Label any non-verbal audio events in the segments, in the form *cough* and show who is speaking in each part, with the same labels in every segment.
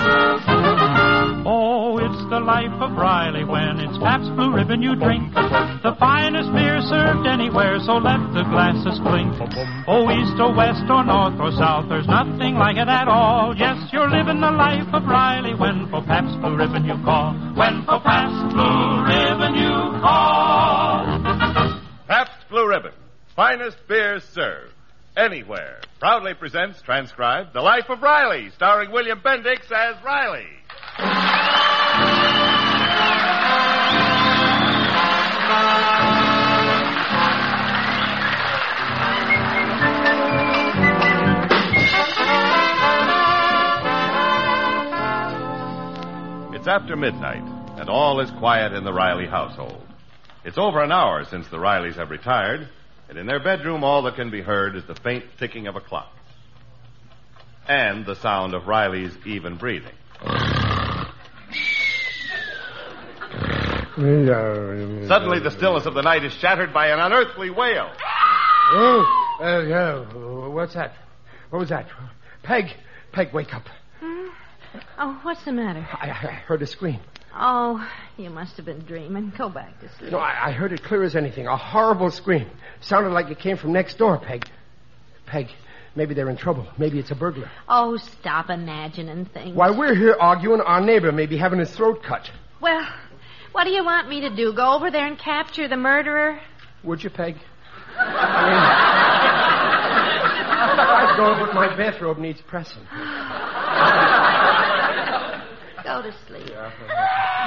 Speaker 1: Oh, it's the life of Riley when it's Pabst Blue Ribbon you drink. The finest beer served anywhere, so let the glasses clink. Oh, east or west or north or south, there's nothing like it at all. Yes, you're living the life of Riley when for Pabst Blue Ribbon you call. When for Pabst Blue Ribbon you call.
Speaker 2: Pabst Blue Ribbon, finest beers served anywhere. Proudly presents, transcribed, The Life of Riley, starring William Bendix as Riley. It's after midnight, and all is quiet in the Riley household. It's over an hour since the Rileys have retired, and in their bedroom, all that can be heard is the faint ticking of a clock and the sound of Riley's even breathing. Suddenly, the stillness of the night is shattered by an unearthly wail.
Speaker 3: Oh, uh, yeah. What's that? What was that? Peg, Peg, wake up.
Speaker 4: Oh, what's the matter?
Speaker 3: I, I heard a scream.
Speaker 4: Oh, you must have been dreaming. Go back to sleep.
Speaker 3: No, I, I heard it clear as anything. A horrible scream. Sounded like it came from next door, Peg. Peg, maybe they're in trouble. Maybe it's a burglar.
Speaker 4: Oh, stop imagining things.
Speaker 3: While we're here arguing, our neighbor may be having his throat cut.
Speaker 4: Well, what do you want me to do? Go over there and capture the murderer?
Speaker 3: Would you, Peg? I mean, I'd go, but my bathrobe needs pressing.
Speaker 4: Go to sleep.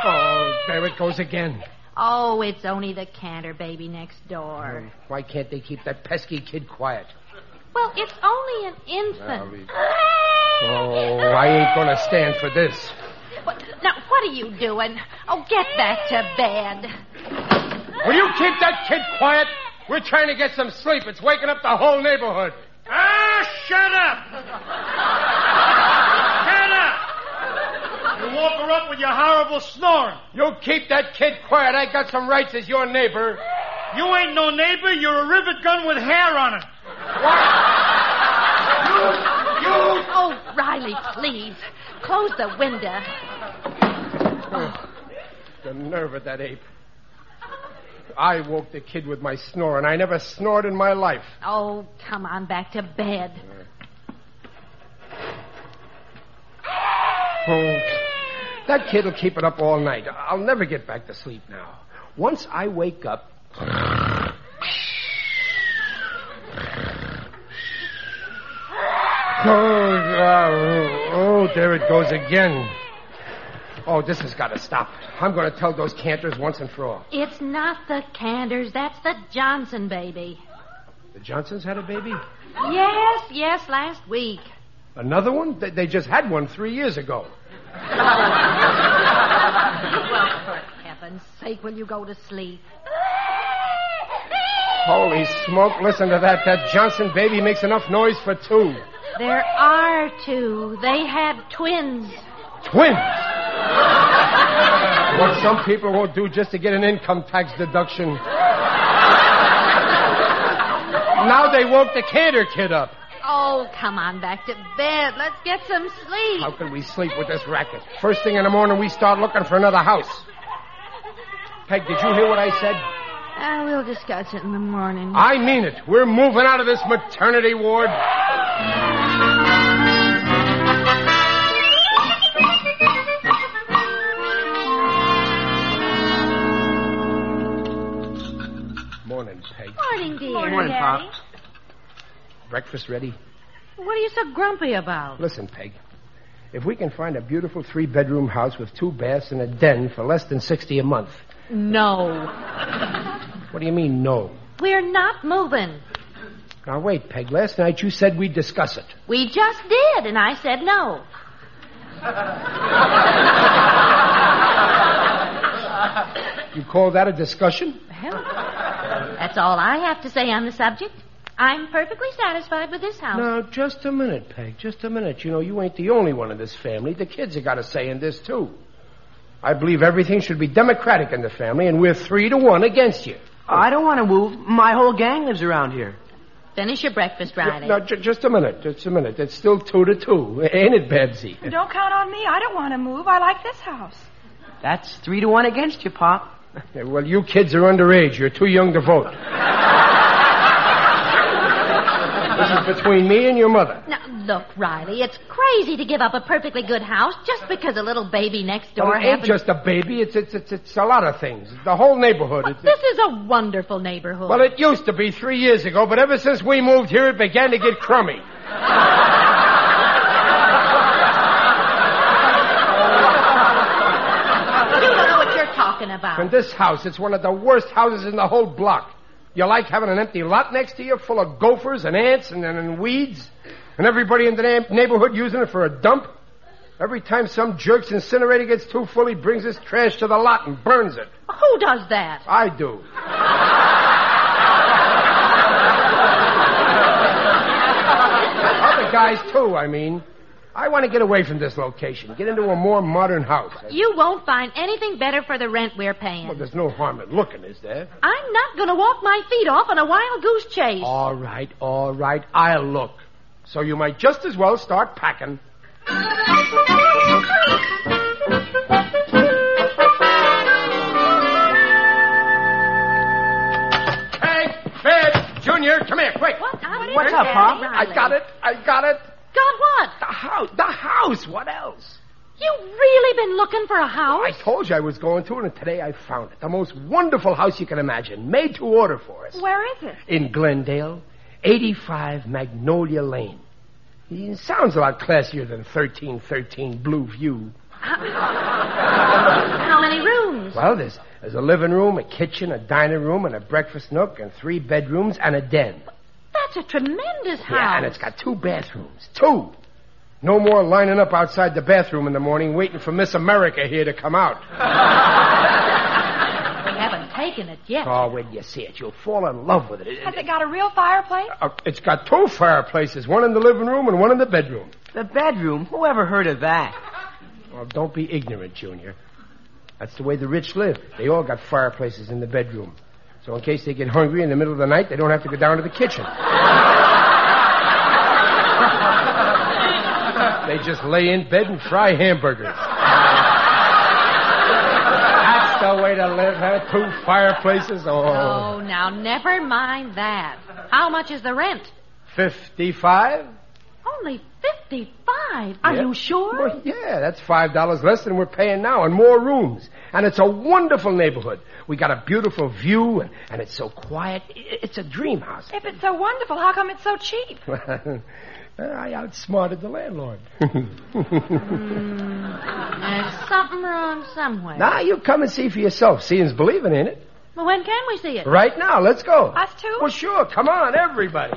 Speaker 3: Oh, there it goes again.
Speaker 4: Oh, it's only the canter baby next door.
Speaker 3: Why can't they keep that pesky kid quiet?
Speaker 4: Well, it's only an
Speaker 3: Now
Speaker 4: infant.
Speaker 3: we- Oh, I ain't gonna stand for this.
Speaker 4: What- Now, what are you doing? Oh, get back to bed.
Speaker 3: Will you keep that kid quiet? We're trying to get some sleep. It's waking up the whole neighborhood.
Speaker 2: Ah, shut up! shut up! You woke her up with your horrible snoring.
Speaker 3: You keep that kid quiet. I got some rights as your neighbor.
Speaker 2: You ain't no neighbor. You're a rivet gun with hair on it.
Speaker 4: Oh, Riley, please. Close the window.
Speaker 3: The nerve of that ape. I woke the kid with my snore, and I never snored in my life.
Speaker 4: Oh, come on back to bed.
Speaker 3: Oh, that kid'll keep it up all night. I'll never get back to sleep now. Once I wake up. Oh, uh, oh, there it goes again. Oh, this has got to stop. I'm going to tell those cantors once and for all.
Speaker 4: It's not the Canders. That's the Johnson baby.
Speaker 3: The Johnsons had a baby?
Speaker 4: Yes, yes, last week.
Speaker 3: Another one? They, they just had one three years ago.
Speaker 4: Well, for heaven's sake, will you go to sleep?
Speaker 3: Holy smoke, listen to that. That Johnson baby makes enough noise for two.
Speaker 4: There are two. They had twins.
Speaker 3: Twins! what some people won't do just to get an income tax deduction. now they woke the canter kid up.
Speaker 4: Oh, come on back to bed. Let's get some
Speaker 3: How
Speaker 4: sleep.
Speaker 3: can we sleep with this racket? First thing in the morning, we start looking for another house. Peg, did you hear what I said?
Speaker 4: Uh, we'll discuss it in the morning.
Speaker 3: I mean it. We're moving out of this maternity ward. Morning, Peg.
Speaker 4: Morning, dear.
Speaker 5: Morning, Pop.
Speaker 3: Breakfast ready?
Speaker 4: What are you so grumpy about?
Speaker 3: Listen, Peg. If we can find a beautiful three bedroom house with two baths and a den for less than 60 a month,
Speaker 4: No.
Speaker 3: What do you mean, no?
Speaker 4: *laughs* We're not moving.
Speaker 3: Now, wait, Peg. Last night you said we'd discuss it.
Speaker 4: We just did, and I said no.
Speaker 3: You call that a discussion?
Speaker 4: Well, that's all I have to say on the subject. I'm perfectly satisfied with this house.
Speaker 3: Now, just a minute, Peg. Just a minute. You know, you ain't the only one in this family. The kids have got a say in this, too. I believe everything should be democratic in the family, and we're three to one against you.
Speaker 5: I don't want to move. My whole gang lives around here.
Speaker 4: Finish your breakfast, Riley.
Speaker 3: Now, ju- just a minute. Just a minute. It's still two to two. Ain't it, Babsy?
Speaker 6: Don't count on me. I don't want to move. I like this house.
Speaker 5: That's three to one against you, Pop.
Speaker 3: Yeah, Well, you kids are underage. You're too young to vote. this is between me and your mother.
Speaker 4: Now, look, Riley, it's crazy to give up a perfectly good house just because a little baby next door
Speaker 3: Well, Oh, it ain't
Speaker 4: happens.
Speaker 3: just a baby. It's, it's, it's, it's a lot of things. The whole neighborhood.
Speaker 4: But
Speaker 3: It's-
Speaker 4: this is a wonderful neighborhood.
Speaker 3: Well, it used to be three years ago, but ever since we moved here, it began to get crummy.
Speaker 4: you don't know what you're talking about.
Speaker 3: And this house, it's one of the worst houses in the whole block. You like having an empty lot next to you full of gophers and ants and, and, and weeds, and everybody in the na- neighborhood using it for a dump? Every time some jerk's incinerator gets too full, he brings his trash to the lot and burns it.
Speaker 4: Who does that?
Speaker 3: I do. Other guys, too, I mean. I want to get away from this location, get into a more modern house.
Speaker 4: You won't find anything better for the rent we're paying.
Speaker 3: Well, there's no harm in looking, is there?
Speaker 4: I'm not going to walk my feet off on a wild goose chase.
Speaker 3: All right, all right, I'll look. So you might just as well start packing. Hey, Fred, Junior, come here, quick.
Speaker 4: What on earth,
Speaker 5: What's up,
Speaker 4: Daddy
Speaker 5: Pop?
Speaker 3: I
Speaker 4: Riley?
Speaker 3: got it, I got it.
Speaker 4: Got what?
Speaker 3: The house, the house, what else?
Speaker 4: You've really been looking for a house?
Speaker 3: I told you I was going to, and today I found it. The most wonderful house you can imagine, made to order for us.
Speaker 6: Where is it?
Speaker 3: in Glendale, 85 Magnolia Lane. It sounds a lot classier than 1313 Blue View.
Speaker 4: How many rooms?
Speaker 3: Well, there's, there's a living room, a kitchen, a dining room, and a breakfast nook, and three bedrooms and a den.
Speaker 4: That's a tremendous house.
Speaker 3: Yeah, and it's got two bathrooms. Two! No more lining up outside the bathroom in the morning waiting for Miss America here to come out.
Speaker 4: We haven't taken it yet.
Speaker 3: Oh, when you see it, you'll fall in love with it. It-
Speaker 6: Has
Speaker 3: it-
Speaker 6: it got a real fireplace?
Speaker 3: uh, it's got two fireplaces, one in the living room and one in the bedroom.
Speaker 5: The bedroom. Whoever heard of that?
Speaker 3: Well, don't be ignorant, Junior. That's the way the rich live. They all got fireplaces in the bedroom. So in case they get hungry in the middle of the night, they don't have to go down to the kitchen. they just lay in bed and fry hamburgers. That's the way to live, huh? Two fireplaces. Oh,
Speaker 4: Oh, now never mind that. How much is the rent?
Speaker 3: 55?
Speaker 4: Only fifty-five. Are
Speaker 3: Yeah.
Speaker 4: you sure?
Speaker 3: Well, yeah, that's five dollars less than we're paying now, and more rooms. And it's a wonderful neighborhood. We got a beautiful view, and, and it's so quiet. I- It's a dream house. *laughs*
Speaker 6: If it's so wonderful, how come it's so cheap?
Speaker 3: I outsmarted the landlord. *laughs*
Speaker 4: There's something wrong somewhere.
Speaker 3: now you come and see for yourself. Seeing's believing, ain't it?
Speaker 4: Well, when can we see it?
Speaker 3: Right now, let's go.
Speaker 6: Us two?
Speaker 3: Well, sure. Come on, everybody.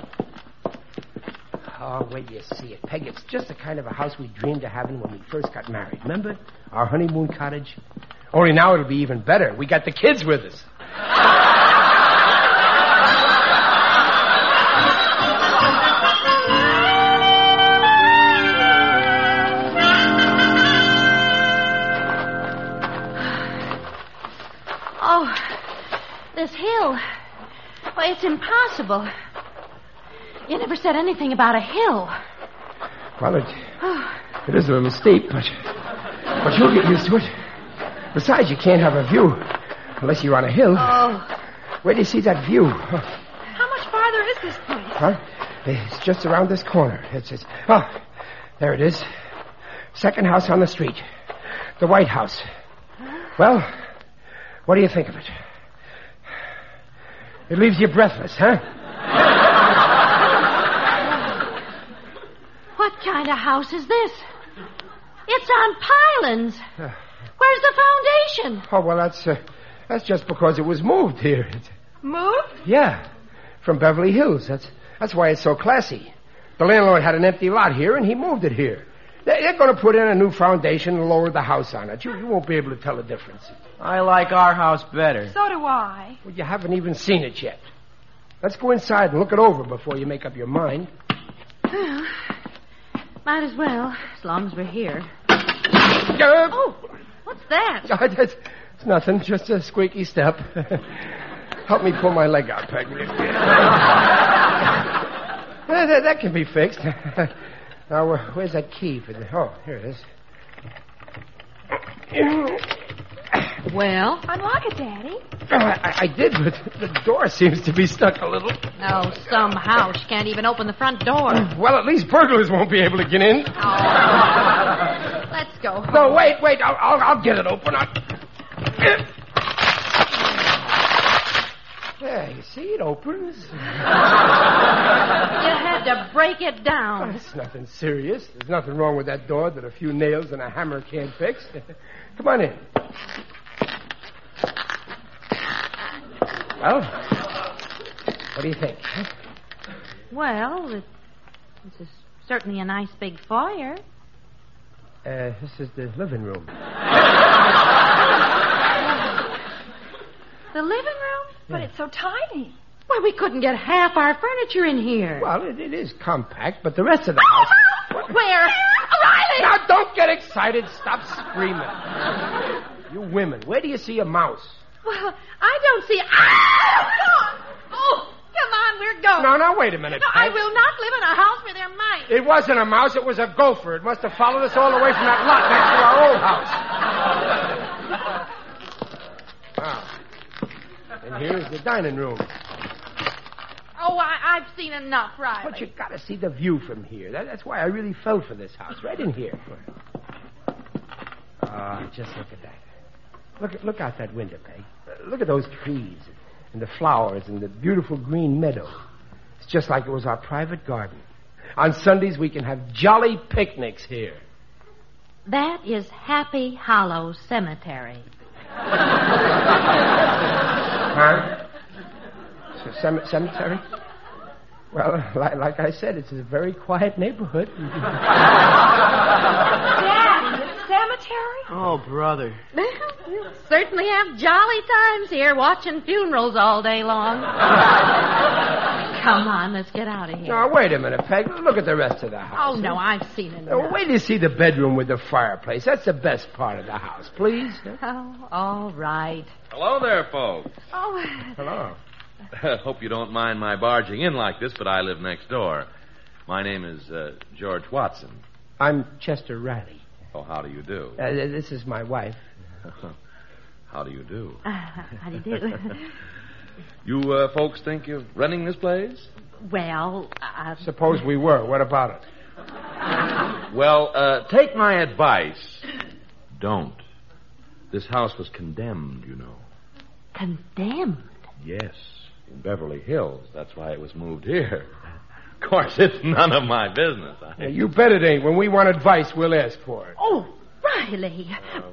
Speaker 3: Oh, wait, you see it, Peg. It's just the kind of a house we dreamed of having when we first got married. Remember our honeymoon cottage? Only now it'll be even better. We got the kids with us.
Speaker 4: Oh, this hill. Well, it's impossible. You never said anything about a hill.
Speaker 3: Well, it, it is a little steep, but but you'll get used to it. Besides, you can't have a view unless you're on a hill.
Speaker 4: Oh,
Speaker 3: Where do you see that view? Huh?
Speaker 6: How much farther is this place?
Speaker 3: Huh? It's just around this corner. It's just oh, there it is. Second house on the street, the White House. Well, what do you think of it? It leaves you breathless, huh?
Speaker 4: what kind of house is this? It's on
Speaker 3: *sighs*
Speaker 4: pylons. Where's the foundation?
Speaker 3: Oh well, that's uh, that's just because it was moved here. It,
Speaker 7: Moved?
Speaker 3: Yeah, from Beverly Hills. That's that's why it's so classy. The landlord had an empty lot here, and he moved it here. They- They're going to put in a new foundation and lower the house on it. You, you won't be able to tell the difference.
Speaker 8: I like our house better.
Speaker 7: So do I.
Speaker 3: Well, you haven't even seen it yet. Let's go inside and look it over before you make up your mind.
Speaker 4: Well, might as well, as long as we're here.
Speaker 3: Yeah.
Speaker 4: Oh,
Speaker 3: *laughs*
Speaker 4: what's that?
Speaker 3: it's, it's nothing, just a squeaky step. *laughs* Help me pull my leg out, Peg. that, that- that can be fixed. *laughs* now, where- where's that key for the? Oh, here it is. *clears throat*
Speaker 4: Well,
Speaker 7: Unlock it, Daddy.
Speaker 3: Oh, I, I did, but the door seems to be stuck a little.
Speaker 4: oh, somehow she can't even open the front door.
Speaker 3: Well, at least burglars won't be able to get in.
Speaker 4: Let's go.
Speaker 3: No, wait, wait. I'll, I'll, I'll get it open. i There, you see, it opens.
Speaker 4: You had to break it down.
Speaker 3: Oh, It's nothing serious. There's nothing wrong with that door that a few nails and a hammer can't fix. *laughs* Come on in. Well, what do you think?
Speaker 4: Well, it, this is certainly a nice big foyer.
Speaker 3: Uh, this is the living room.
Speaker 7: The living room? But it's so tiny.
Speaker 4: Why, we couldn't get half our furniture in here.
Speaker 3: Well, it, it is compact, but the rest of the house.
Speaker 4: Where? Riley!
Speaker 3: Now, don't get excited. Stop screaming. You women, where do you see a mouse?
Speaker 4: Well, I don't see. Ah! Oh, come on, we're going.
Speaker 3: No, now, wait a minute.
Speaker 4: No, I
Speaker 3: Peg.
Speaker 4: will not live in a house where there might.
Speaker 3: It wasn't a mouse, it was a gopher. It must have followed us all the way from that lot next to our old house.
Speaker 4: *laughs*
Speaker 3: Wow. Ah. And here's the dining room.
Speaker 4: Oh, I, I've seen enough, Riley.
Speaker 3: But you gotta see the view from here. That- that's why I really fell for this house, right in here. Ah, just look at that. Look, at- look out that window, Peg. Uh, Look at those trees and the flowers and the beautiful green meadow. It's just like it was our private garden. On Sundays, we can have jolly picnics here.
Speaker 4: That is Happy Hollow Cemetery.
Speaker 3: Huh? C- cem- cemetery? Well, like, like I said, it's a very quiet neighborhood.
Speaker 7: Daddy, a cemetery?
Speaker 8: Oh, brother.
Speaker 4: We'll certainly have jolly times here watching funerals all day long. Come on, let's get out of here.
Speaker 3: now, wait a minute, Peg. Look at the rest of the house.
Speaker 4: Oh, no, I've *laughs* seen
Speaker 3: Now,
Speaker 4: enough.
Speaker 3: wait till you see the bedroom with the fireplace. That's the best part of the house. Please.
Speaker 4: Oh, *laughs* all right.
Speaker 9: Hello there, folks.
Speaker 4: Oh,
Speaker 3: Hello.
Speaker 9: *laughs* Hope you don't mind my barging in like this, but I live next door. My name is uh, George Watson.
Speaker 3: I'm Chester Riley.
Speaker 9: Oh, how do you do?
Speaker 3: Uh, th- this is my wife.
Speaker 9: How do you do?
Speaker 4: how do you do? *laughs*
Speaker 9: You uh, folks think you're running this place?
Speaker 4: well, uh,
Speaker 3: Suppose we were. What about it?
Speaker 4: um,
Speaker 9: Well, uh, take my advice. Don't. This house was condemned, you know.
Speaker 4: condemned.
Speaker 9: Yes, in Beverly Hills. That's why it was moved here. *laughs* Of course, it's none of my business.
Speaker 3: Now,
Speaker 9: I...
Speaker 3: Uh, you bet it ain't. When we want advice, we'll ask for it.
Speaker 4: Oh, Riley.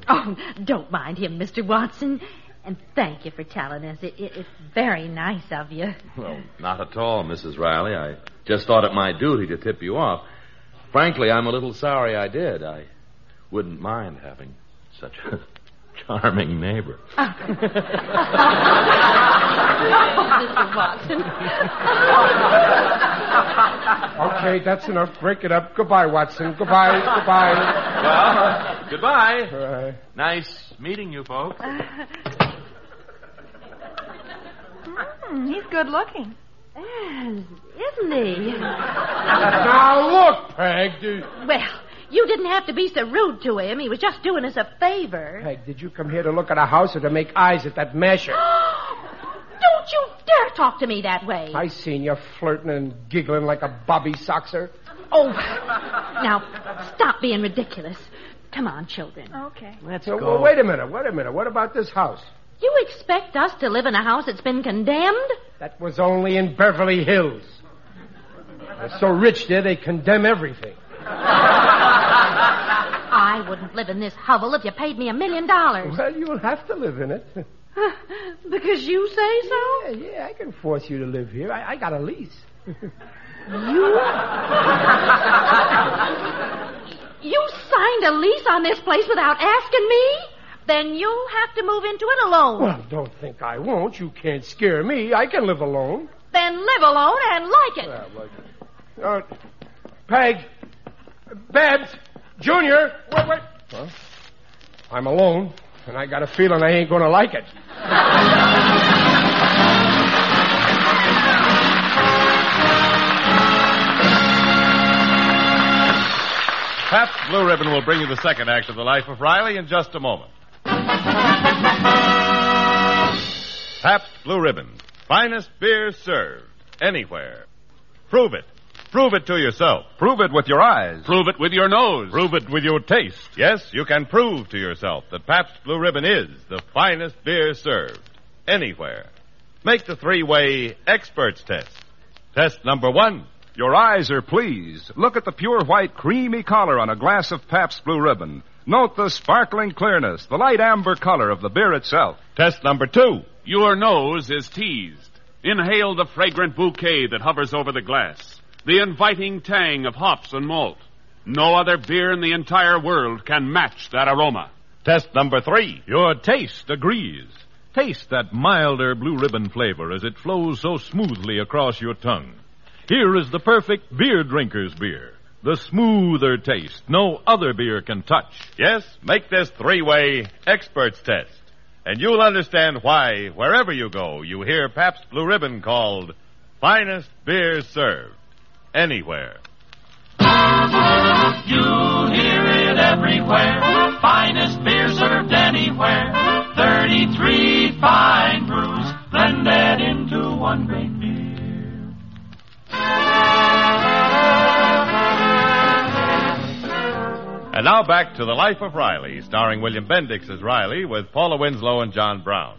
Speaker 4: Oh, don't mind him, Mr. Watson. And thank you for telling us. It, it, it's very nice of *laughs* you.
Speaker 9: Well, not at all, Mrs. Riley. I just thought it my duty to tip you off. Frankly, I'm a little sorry I did. I wouldn't mind having such a *laughs* charming neighbor.
Speaker 4: Mr. Watson.
Speaker 3: Okay, that's enough. Break it up. Goodbye, Watson. Goodbye. Goodbye.
Speaker 9: Well, goodbye.
Speaker 3: Uh,
Speaker 9: Nice meeting you folks.
Speaker 7: Hmm, he's good looking.
Speaker 4: Yes, isn't he?
Speaker 3: now, look, Peg. do-
Speaker 4: Well, you didn't have to be so rude to him. He was just doing us a favor.
Speaker 3: Peg, did you come here to look at a house or to make eyes at that masher?
Speaker 4: *gasps* Don't you dare talk to me that way.
Speaker 3: I seen you flirting and giggling like a bobby soxer.
Speaker 4: Oh, now, stop being ridiculous. Come on, children.
Speaker 7: Okay.
Speaker 8: Let's
Speaker 3: So,
Speaker 8: go.
Speaker 3: well, wait a minute, wait a minute. What about this house?
Speaker 4: You expect us to live in a house that's been condemned?
Speaker 3: That was only in Beverly Hills. They're so rich there, they condemn everything.
Speaker 4: I wouldn't live in this hovel if you paid me a million dollars.
Speaker 3: Well, you'll have to live in it.
Speaker 4: *laughs* Because you say so?
Speaker 3: *laughs* Yeah, yeah, I can force you to live here. I, I got a *laughs* lease.
Speaker 4: You signed a lease on this place without asking me? Then you'll have to move into it alone.
Speaker 3: Well, don't think I won't. You can't scare me. I can live alone.
Speaker 4: Then live alone and like it.
Speaker 3: Ah, Uh, Peg, Babs, Junior, wait, wait. I'm alone, and I got a feeling I ain't gonna like it.
Speaker 2: Pabst Blue Ribbon will bring you the second act of The Life of Riley in just a moment. Pabst Blue Ribbon. Finest beer served anywhere. Prove it. Prove it to yourself. Prove it with your eyes. Prove it with your nose. Prove it with your taste. Yes, you can prove to yourself that Pabst Blue Ribbon is the finest beer served anywhere. Make the three-way experts test. Test number one.
Speaker 10: Your eyes are pleased. Look at the pure white, creamy color on a glass of Pabst Blue Ribbon. Note the sparkling clearness, the light amber color of the beer itself.
Speaker 2: Test number two.
Speaker 11: Your nose is teased. Inhale the fragrant bouquet that hovers over the glass, the inviting tang of hops and malt. No other beer in the entire world can match that aroma.
Speaker 2: Test number three.
Speaker 12: Your taste agrees. Taste that milder blue ribbon flavor as it flows so smoothly across your tongue. Here is the perfect beer drinker's beer. The smoother taste no other beer can touch.
Speaker 2: Yes, make this three way experts test. And you'll understand why, wherever you go, you hear Pabst Blue Ribbon called finest beer served anywhere.
Speaker 1: You hear it everywhere. Finest beer served anywhere. 33 fine brews blended into one great beer.
Speaker 2: And now back to The Life of Riley, starring William Bendix as Riley with Paula Winslow and John Brown.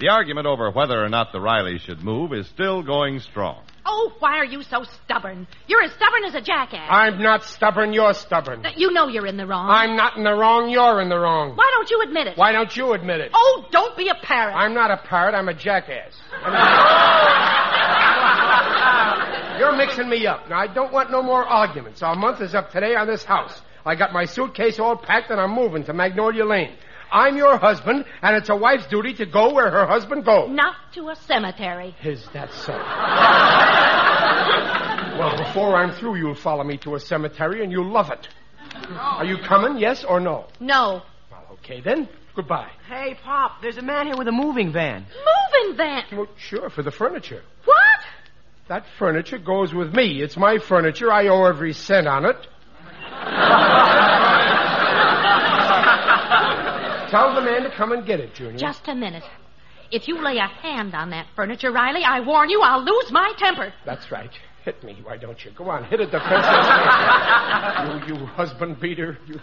Speaker 2: The argument over whether or not the Rileys should move is still going strong.
Speaker 4: Oh, why are you so stubborn? You're as stubborn as a jackass.
Speaker 3: I'm not stubborn. You're stubborn.
Speaker 4: That You know you're in the wrong.
Speaker 3: I'm not in the wrong. You're in the wrong.
Speaker 4: Why don't you admit it?
Speaker 3: Why don't you admit it?
Speaker 4: Oh, don't be a parrot.
Speaker 3: I'm not a parrot. I'm
Speaker 4: *laughs*
Speaker 3: a jackass. You're mixing me up. Now, I don't want no more arguments. Our month is up today on this house. I got my suitcase all packed and I'm moving to Magnolia Lane. I'm your husband, and it's a wife's duty to go where her husband goes.
Speaker 4: Not to a cemetery.
Speaker 3: Is that so? *laughs* well, before I'm through, you'll follow me to a cemetery and you'll love it. Are you coming, yes or no?
Speaker 4: No.
Speaker 3: Well, okay then. Goodbye.
Speaker 5: Hey, Pop, there's a man here with a moving van.
Speaker 4: Moving van.
Speaker 3: Well, sure, for the furniture.
Speaker 4: What?
Speaker 3: That furniture goes with me. It's my furniture. I owe every cent on *laughs* it. Tell the man to come and get it, Junior.
Speaker 4: Just a minute. If you lay a hand on that furniture, Riley, I warn you, I'll lose my temper.
Speaker 3: That's right. Hit me, why don't you? Go on, hit it, the *laughs* princess. you, you husband beater. You...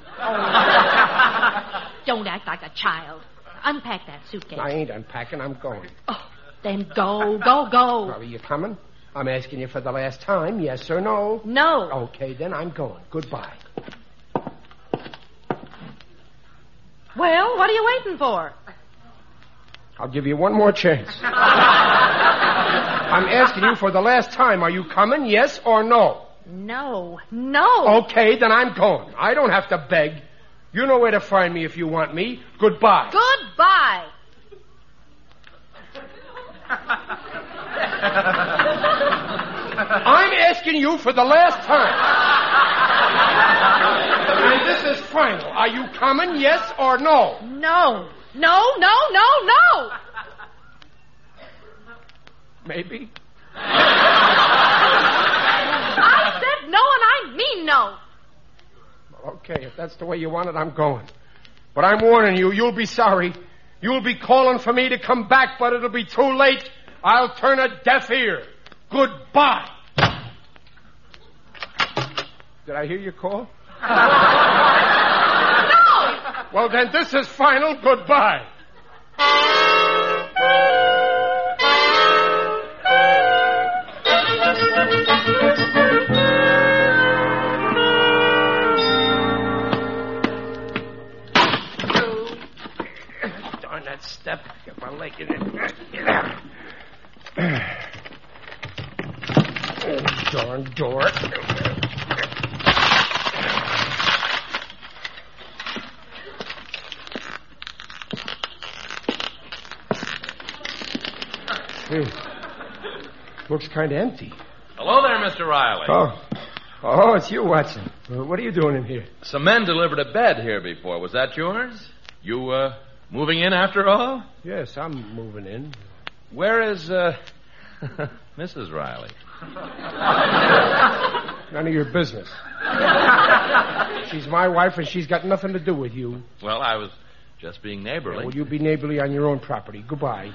Speaker 4: Don't act like a child. Unpack that suitcase.
Speaker 3: I ain't unpacking. I'm going.
Speaker 4: Oh, then go, go, go.
Speaker 3: Are you coming? I'm asking you for the last time, yes or no.
Speaker 4: No.
Speaker 3: Okay, then I'm going. Goodbye.
Speaker 4: Well, what are you waiting for?
Speaker 3: I'll give you one more chance. I'm asking you for the last time. Are you coming? Yes or no?
Speaker 4: No, no.
Speaker 3: Okay, then I'm going. I don't have to beg. You know where to find me if you want me. Goodbye.
Speaker 4: Goodbye.
Speaker 3: I'm asking you for the last time. and this is final. Are you coming? Yes or no?
Speaker 4: No, no, no, no, no.
Speaker 3: Maybe.
Speaker 4: I said no, and I mean no.
Speaker 3: Okay, if that's the way you want it, I'm going. But I'm warning you, you'll be sorry. You'll be calling for me to come back, but it'll be too late. I'll turn a deaf ear. Goodbye. Did I hear your call?
Speaker 4: No.
Speaker 3: Well, then this is final. Goodbye. Darn that step. Get my Oh, darn door. Hmm. Looks kind of empty.
Speaker 9: Hello there, Mr. Riley.
Speaker 3: Oh. Oh, it's you, Watson. Uh, What are you doing in here?
Speaker 9: Some men delivered a bed here before. Was that yours? You, uh, moving in after all?
Speaker 3: Yes, I'm moving in.
Speaker 9: Where is, uh, *laughs* Mrs. Riley?
Speaker 3: None of your business. She's my wife, and she's got nothing to do with you.
Speaker 9: Well, I was just being neighborly.
Speaker 3: Will you be neighborly on your own property? Goodbye.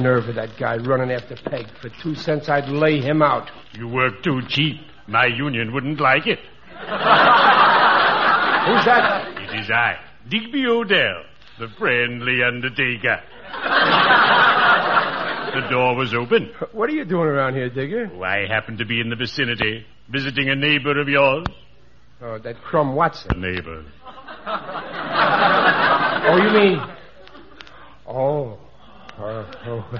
Speaker 3: Nerve of that guy running after Peg. For two cents, I'd lay him out.
Speaker 13: You work too cheap. My union wouldn't like it.
Speaker 3: Who's that?
Speaker 13: It is I, Digby Odell, the friendly undertaker. The door was open. Oh,
Speaker 3: What are you doing around here, Digger?
Speaker 13: I happened to be in the vicinity, visiting a neighbor of yours.
Speaker 3: Oh, that crumb Watson.
Speaker 13: A neighbor.
Speaker 3: Oh, you mean? Oh. Uh, oh.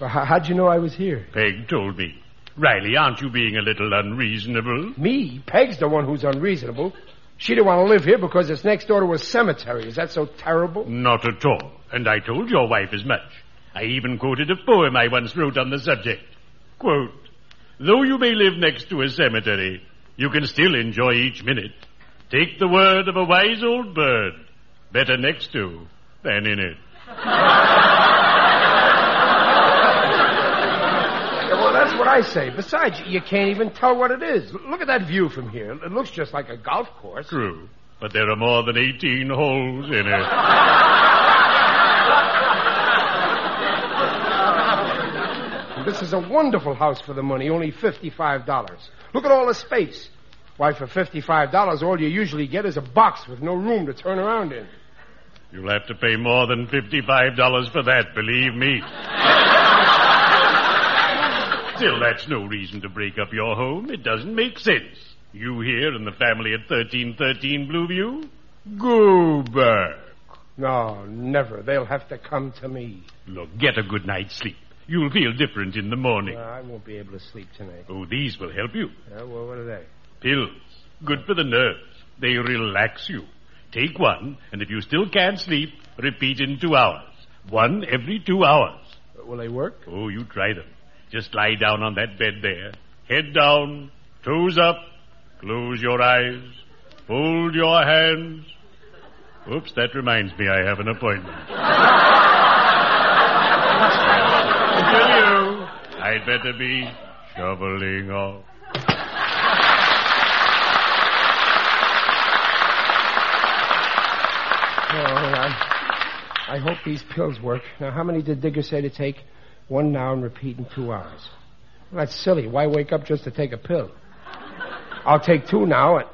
Speaker 3: Well, how- How'd you know I was here?
Speaker 13: Peg told me. Riley, aren't you being a little unreasonable?
Speaker 3: Me? Peg's the one who's unreasonable. She didn't want to live here because it's next door to a cemetery. Is that so terrible?
Speaker 13: Not at all. And I told your wife as much. I even quoted a poem I once wrote on the subject. Quote, Though you may live next to a cemetery, you can still enjoy each minute. Take the word of a wise old bird. Better next to than in it.
Speaker 3: Yeah, well, that's what I say. Besides, you can't even tell what it is. Look at that view from here. It looks just like a golf course.
Speaker 13: True. But there are more than 18 holes in it.
Speaker 3: This is a wonderful house for the money, only $55. Look at all the space. Why, for $55, all you usually get is a box with no room to turn around in.
Speaker 13: You'll have to pay more than $55 for that, believe me. Still, that's no reason to break up your home. It doesn't make sense. You here and the family at 1313 Blueview? Go back.
Speaker 3: No, never. They'll have to come to me.
Speaker 13: Look, get a good night's sleep. You'll feel different in the morning.
Speaker 3: Uh, I won't be able to sleep tonight.
Speaker 13: Oh, these will help you.
Speaker 3: Yeah, well, what are they?
Speaker 13: Pills. Good for the nerves. They relax you. Take one, and if you still can't sleep, repeat in two hours. One every two hours.
Speaker 3: Will they work?
Speaker 13: Oh, you try them. Just lie down on that bed there. Head down, toes up, close your eyes, fold your hands. Oops, that reminds me I have an appointment. Until you, I'd better be shoveling off.
Speaker 3: Oh, I, I hope these pills work. Now, how many did Digger say to take? One now and repeat in two hours. Well, that's silly. Why wake up just to take a pill? I'll take two now. And...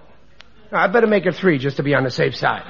Speaker 3: No, I better make it three just to be on the safe side.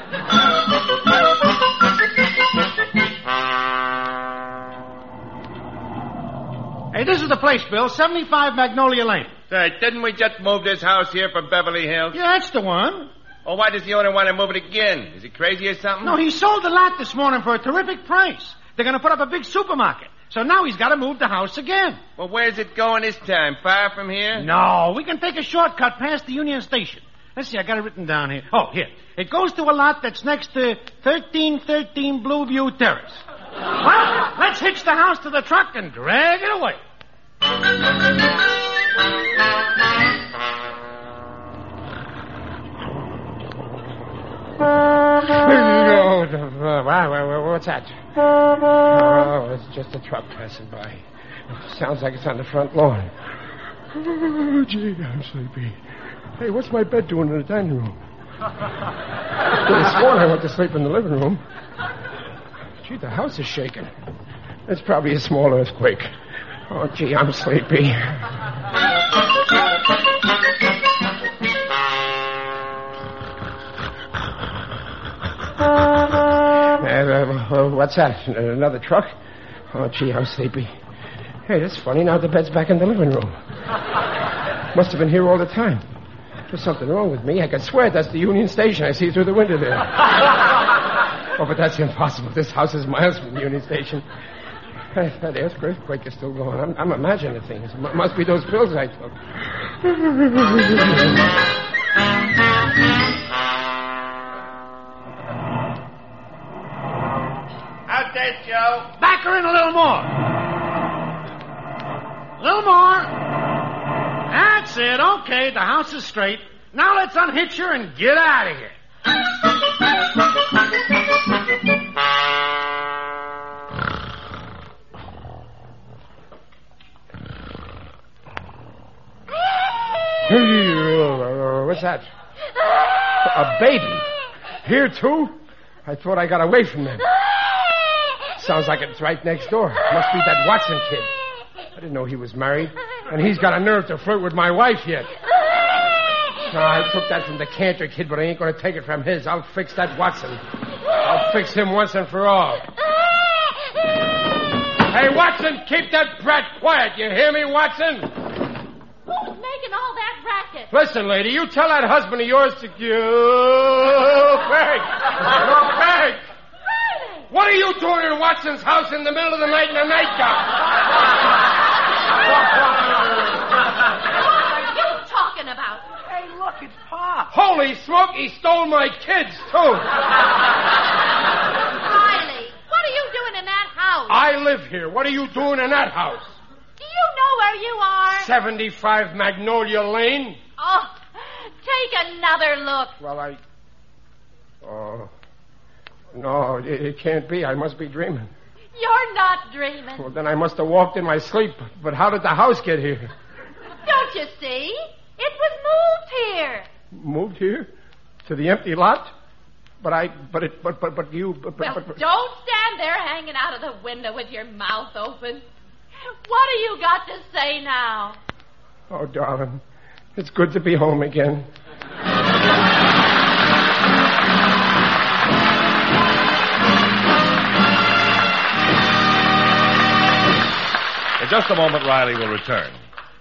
Speaker 8: Hey, this is the place, Bill. 75 Magnolia Lane.
Speaker 9: Say, Uh, didn't we just move this house here from Beverly Hills?
Speaker 8: Yeah, that's the one.
Speaker 9: Oh, why does the owner want to move it again? Is he crazy or something?
Speaker 8: No, he sold the lot this morning for a terrific price. They're going to put up a big supermarket. So now he's got to move the house again.
Speaker 9: Well, where's it going this time? Far from here?
Speaker 8: No, we can take a shortcut past the Union Station. Let's see, I got it written down here. Oh, here. It goes to a lot that's next to 1313 Blueview Terrace. well, let's hitch the house to the truck and drag it away.
Speaker 3: No, no, wha- wha- wha- what's that? Oh, it's just a truck passing by. Sounds like it's on the front lawn. Oh, gee, I'm sleepy. Hey, what's my bed doing in the dining room? Could have sworn I went to sleep in the living room. Gee, the house is shaking. It's probably a small earthquake. Oh, gee, I'm sleepy. Uh, uh, uh, what's that? Another truck? Oh, gee, I'm sleepy. Hey, that's funny. Now the bed's back in the living room. Must have been here all the time. There's something wrong with me. I can swear that's the Union Station I see through the window there. Oh, but that's impossible. This house is miles from the Union Station. That earthquake is still going. I'm, I'm imagining things. M- must be those pills I took.
Speaker 14: Out there, Joe.
Speaker 8: Back her in a little more. A little more. That's it. Okay, the house is straight. Now let's unhitch her and get out of here.
Speaker 3: uh, What's that? A baby. Here, too? I thought I got away from them. Sounds like it's right next door. Must be that Watson kid. I didn't know he was married. And he's got a nerve to flirt with my wife yet. No, I took that from the Cantor kid, but I ain't going to take it from his. I'll fix that Watson. I'll fix him once and for all. Hey, Watson, keep that brat quiet. You hear me, Watson?
Speaker 4: Who's making all that racket?
Speaker 3: Listen, lady, you tell that husband of yours to go back. Go back. What are you doing in Watson's house in the middle of the night in a nightgown?
Speaker 4: What are you talking about?
Speaker 5: Hey, look, it's Pop.
Speaker 3: Holy smoke, he stole my kids, too.
Speaker 4: Riley, what are you doing in that house?
Speaker 3: I live here. What are you doing in that house?
Speaker 4: Do you know where you are?
Speaker 3: 75 Magnolia Lane?
Speaker 4: Oh, take another look.
Speaker 3: Well, I. Oh. No, it, it can't be. I must be dreaming.
Speaker 4: You're not dreaming.
Speaker 3: Well, then I must have walked in my sleep. But how did the house get here?
Speaker 4: Don't you see? It was moved here.
Speaker 3: Moved here? To the empty lot? But I. But it. But, but, but you. But,
Speaker 4: Well,
Speaker 3: but, but,
Speaker 4: don't stand there hanging out of the window with your mouth open. What have you got to say now?
Speaker 3: Oh, darling. It's good to be home again.
Speaker 2: In just a moment, Riley will return.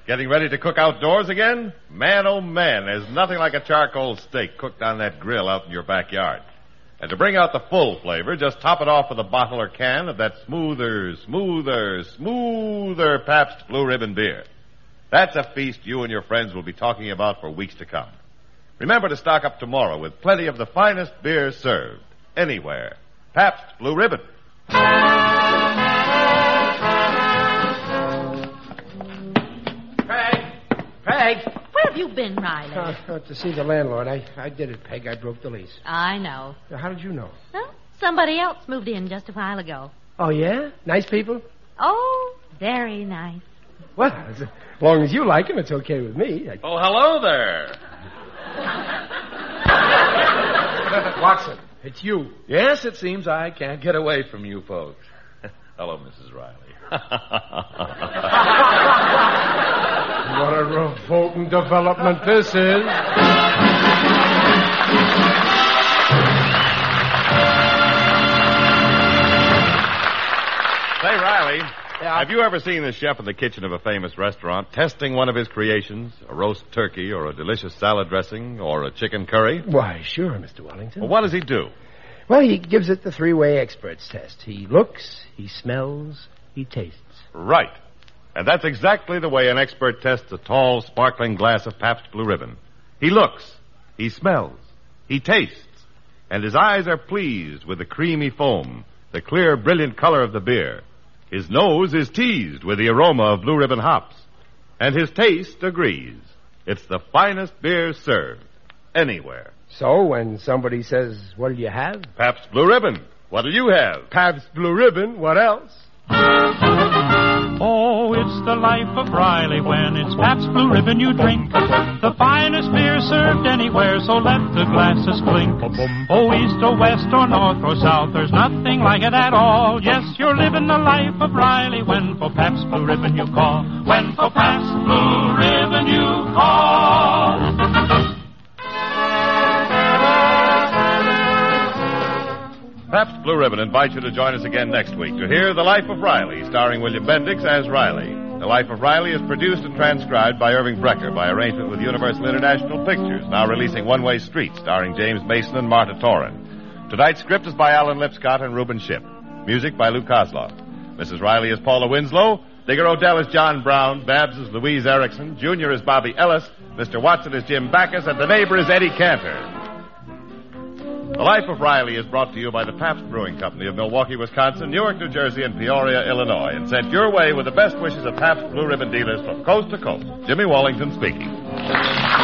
Speaker 2: Getting ready to cook outdoors again? Man, oh man, there's nothing like a charcoal steak cooked on that grill out in your backyard. And to bring out the full flavor, just top it off with a bottle or can of that smoother, smoother, smoother Pabst Blue Ribbon beer. That's a feast you and your friends will be talking about for weeks to come. Remember to stock up tomorrow with plenty of the finest beer served anywhere. Pabst Blue Ribbon.
Speaker 3: Peg!
Speaker 4: Where have you been, Riley?
Speaker 3: Uh, uh, to see the landlord. I, I did it, Peg. I broke the lease.
Speaker 4: I know.
Speaker 3: How did you know?
Speaker 4: Huh? Somebody else moved in just a while ago.
Speaker 3: Oh, yeah? Nice people?
Speaker 4: Oh, very nice.
Speaker 3: Well, as long as you like them, it's okay with me. I-
Speaker 9: Oh, hello there.
Speaker 3: Watson, it's you.
Speaker 9: Yes, it seems I can't get away from you
Speaker 2: *laughs*
Speaker 9: folks. hello, Mrs. Riley.
Speaker 3: What a revolting development this is.
Speaker 2: Say, Riley, have you ever seen the chef in the kitchen of a famous restaurant testing one of his creations, a roast turkey or a delicious salad dressing or a chicken curry?
Speaker 3: Why, sure, Mr. Wellington.
Speaker 2: Well, what does he do?
Speaker 3: Well, he gives it the three way experts test. He looks, he smells, he tastes.
Speaker 2: Right. And that's exactly the way an expert tests a tall, sparkling glass of Pabst Blue Ribbon. He looks, he smells, he tastes, and his eyes are pleased with the creamy foam, the clear, brilliant color of the beer. His nose is teased with the aroma of Blue Ribbon hops, and his taste agrees. It's the finest beer served anywhere.
Speaker 3: So when somebody says, What'll you have?
Speaker 2: Pabst Blue Ribbon. What'll you have?
Speaker 3: Pabst Blue Ribbon. What else?
Speaker 1: Oh, it's the life of Riley when it's Pabst Blue Ribbon you drink. The finest beer served anywhere, so let the glasses clink. Oh, east or west or north or south, there's nothing like it at all. Yes, you're living the life of Riley when for Pabst Blue Ribbon you call. When for Pabst Blue Ribbon you call.
Speaker 2: Pabst Blue Ribbon invites you to join us again next week to hear The Life of Riley, starring William Bendix as Riley. The Life of Riley is produced and transcribed by Irving Brecker by arrangement with Universal International Pictures, now releasing One Way Street, starring James Mason and Marta Torrin. Tonight's script is by Alan Lipscott and Reuben Ship. Music by Lou Kozlov. Mrs. Riley is Paula Winslow. Digger Odell is John Brown. Babs is Louise Erickson. Junior is Bobby Ellis. Mr. Watson is Jim Backus. And the neighbor is Eddie Cantor. The Life of Riley is brought to you by the Pabst Brewing Company of Milwaukee, Wisconsin, Newark, New Jersey, and Peoria, Illinois, and sent your way with the best wishes of Pabst Blue Ribbon dealers from coast to coast. Jimmy Wallington speaking.